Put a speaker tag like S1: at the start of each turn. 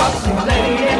S1: Foxy lady.